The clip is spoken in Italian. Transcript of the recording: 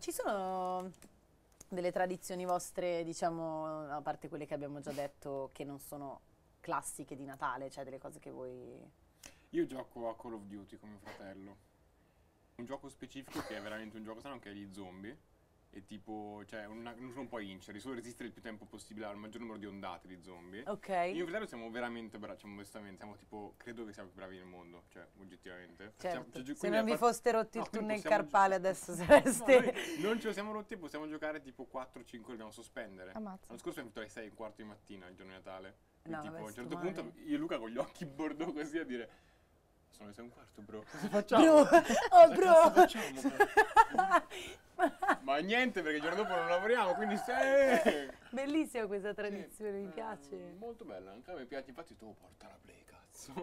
ci sono delle tradizioni vostre, diciamo, a parte quelle che abbiamo già detto, che non sono classiche di Natale, cioè delle cose che voi... Io gioco a Call of Duty con mio fratello. Un gioco specifico che è veramente un gioco strano, che è gli zombie. E tipo, cioè, una- non puoi vincere, solo resistere il più tempo possibile al maggior numero di ondate di zombie. Ok. Io e mio fratello siamo veramente bravi, cioè, modestamente, siamo tipo, credo che siamo i più bravi nel mondo, cioè, oggettivamente. Siamo- Certo, cioè, gi- se quindi non a vi par- foste rotti no, il quindi turno in possiamo carpale gio- adesso No, sareste... noi non ce lo siamo rotti, possiamo giocare tipo 4-5 dobbiamo sospendere. Ammazza. L'anno scorso abbiamo finito alle 6 e un quarto di mattina il giorno di Natale. No, Quindi, tipo, vabbè, a un sto certo male. punto io e Luca con gli occhi bordeaux così a dire sono le 6 e un quarto, bro. Cosa Bro, facciamo? oh Cosa bro! cazzo facciamo, Ma niente, perché il giorno dopo non lavoriamo, quindi se... Bellissima questa Sì, tradizione, mi eh, piace. molto bella, anche a me piace. Infatti tu porta la pleca.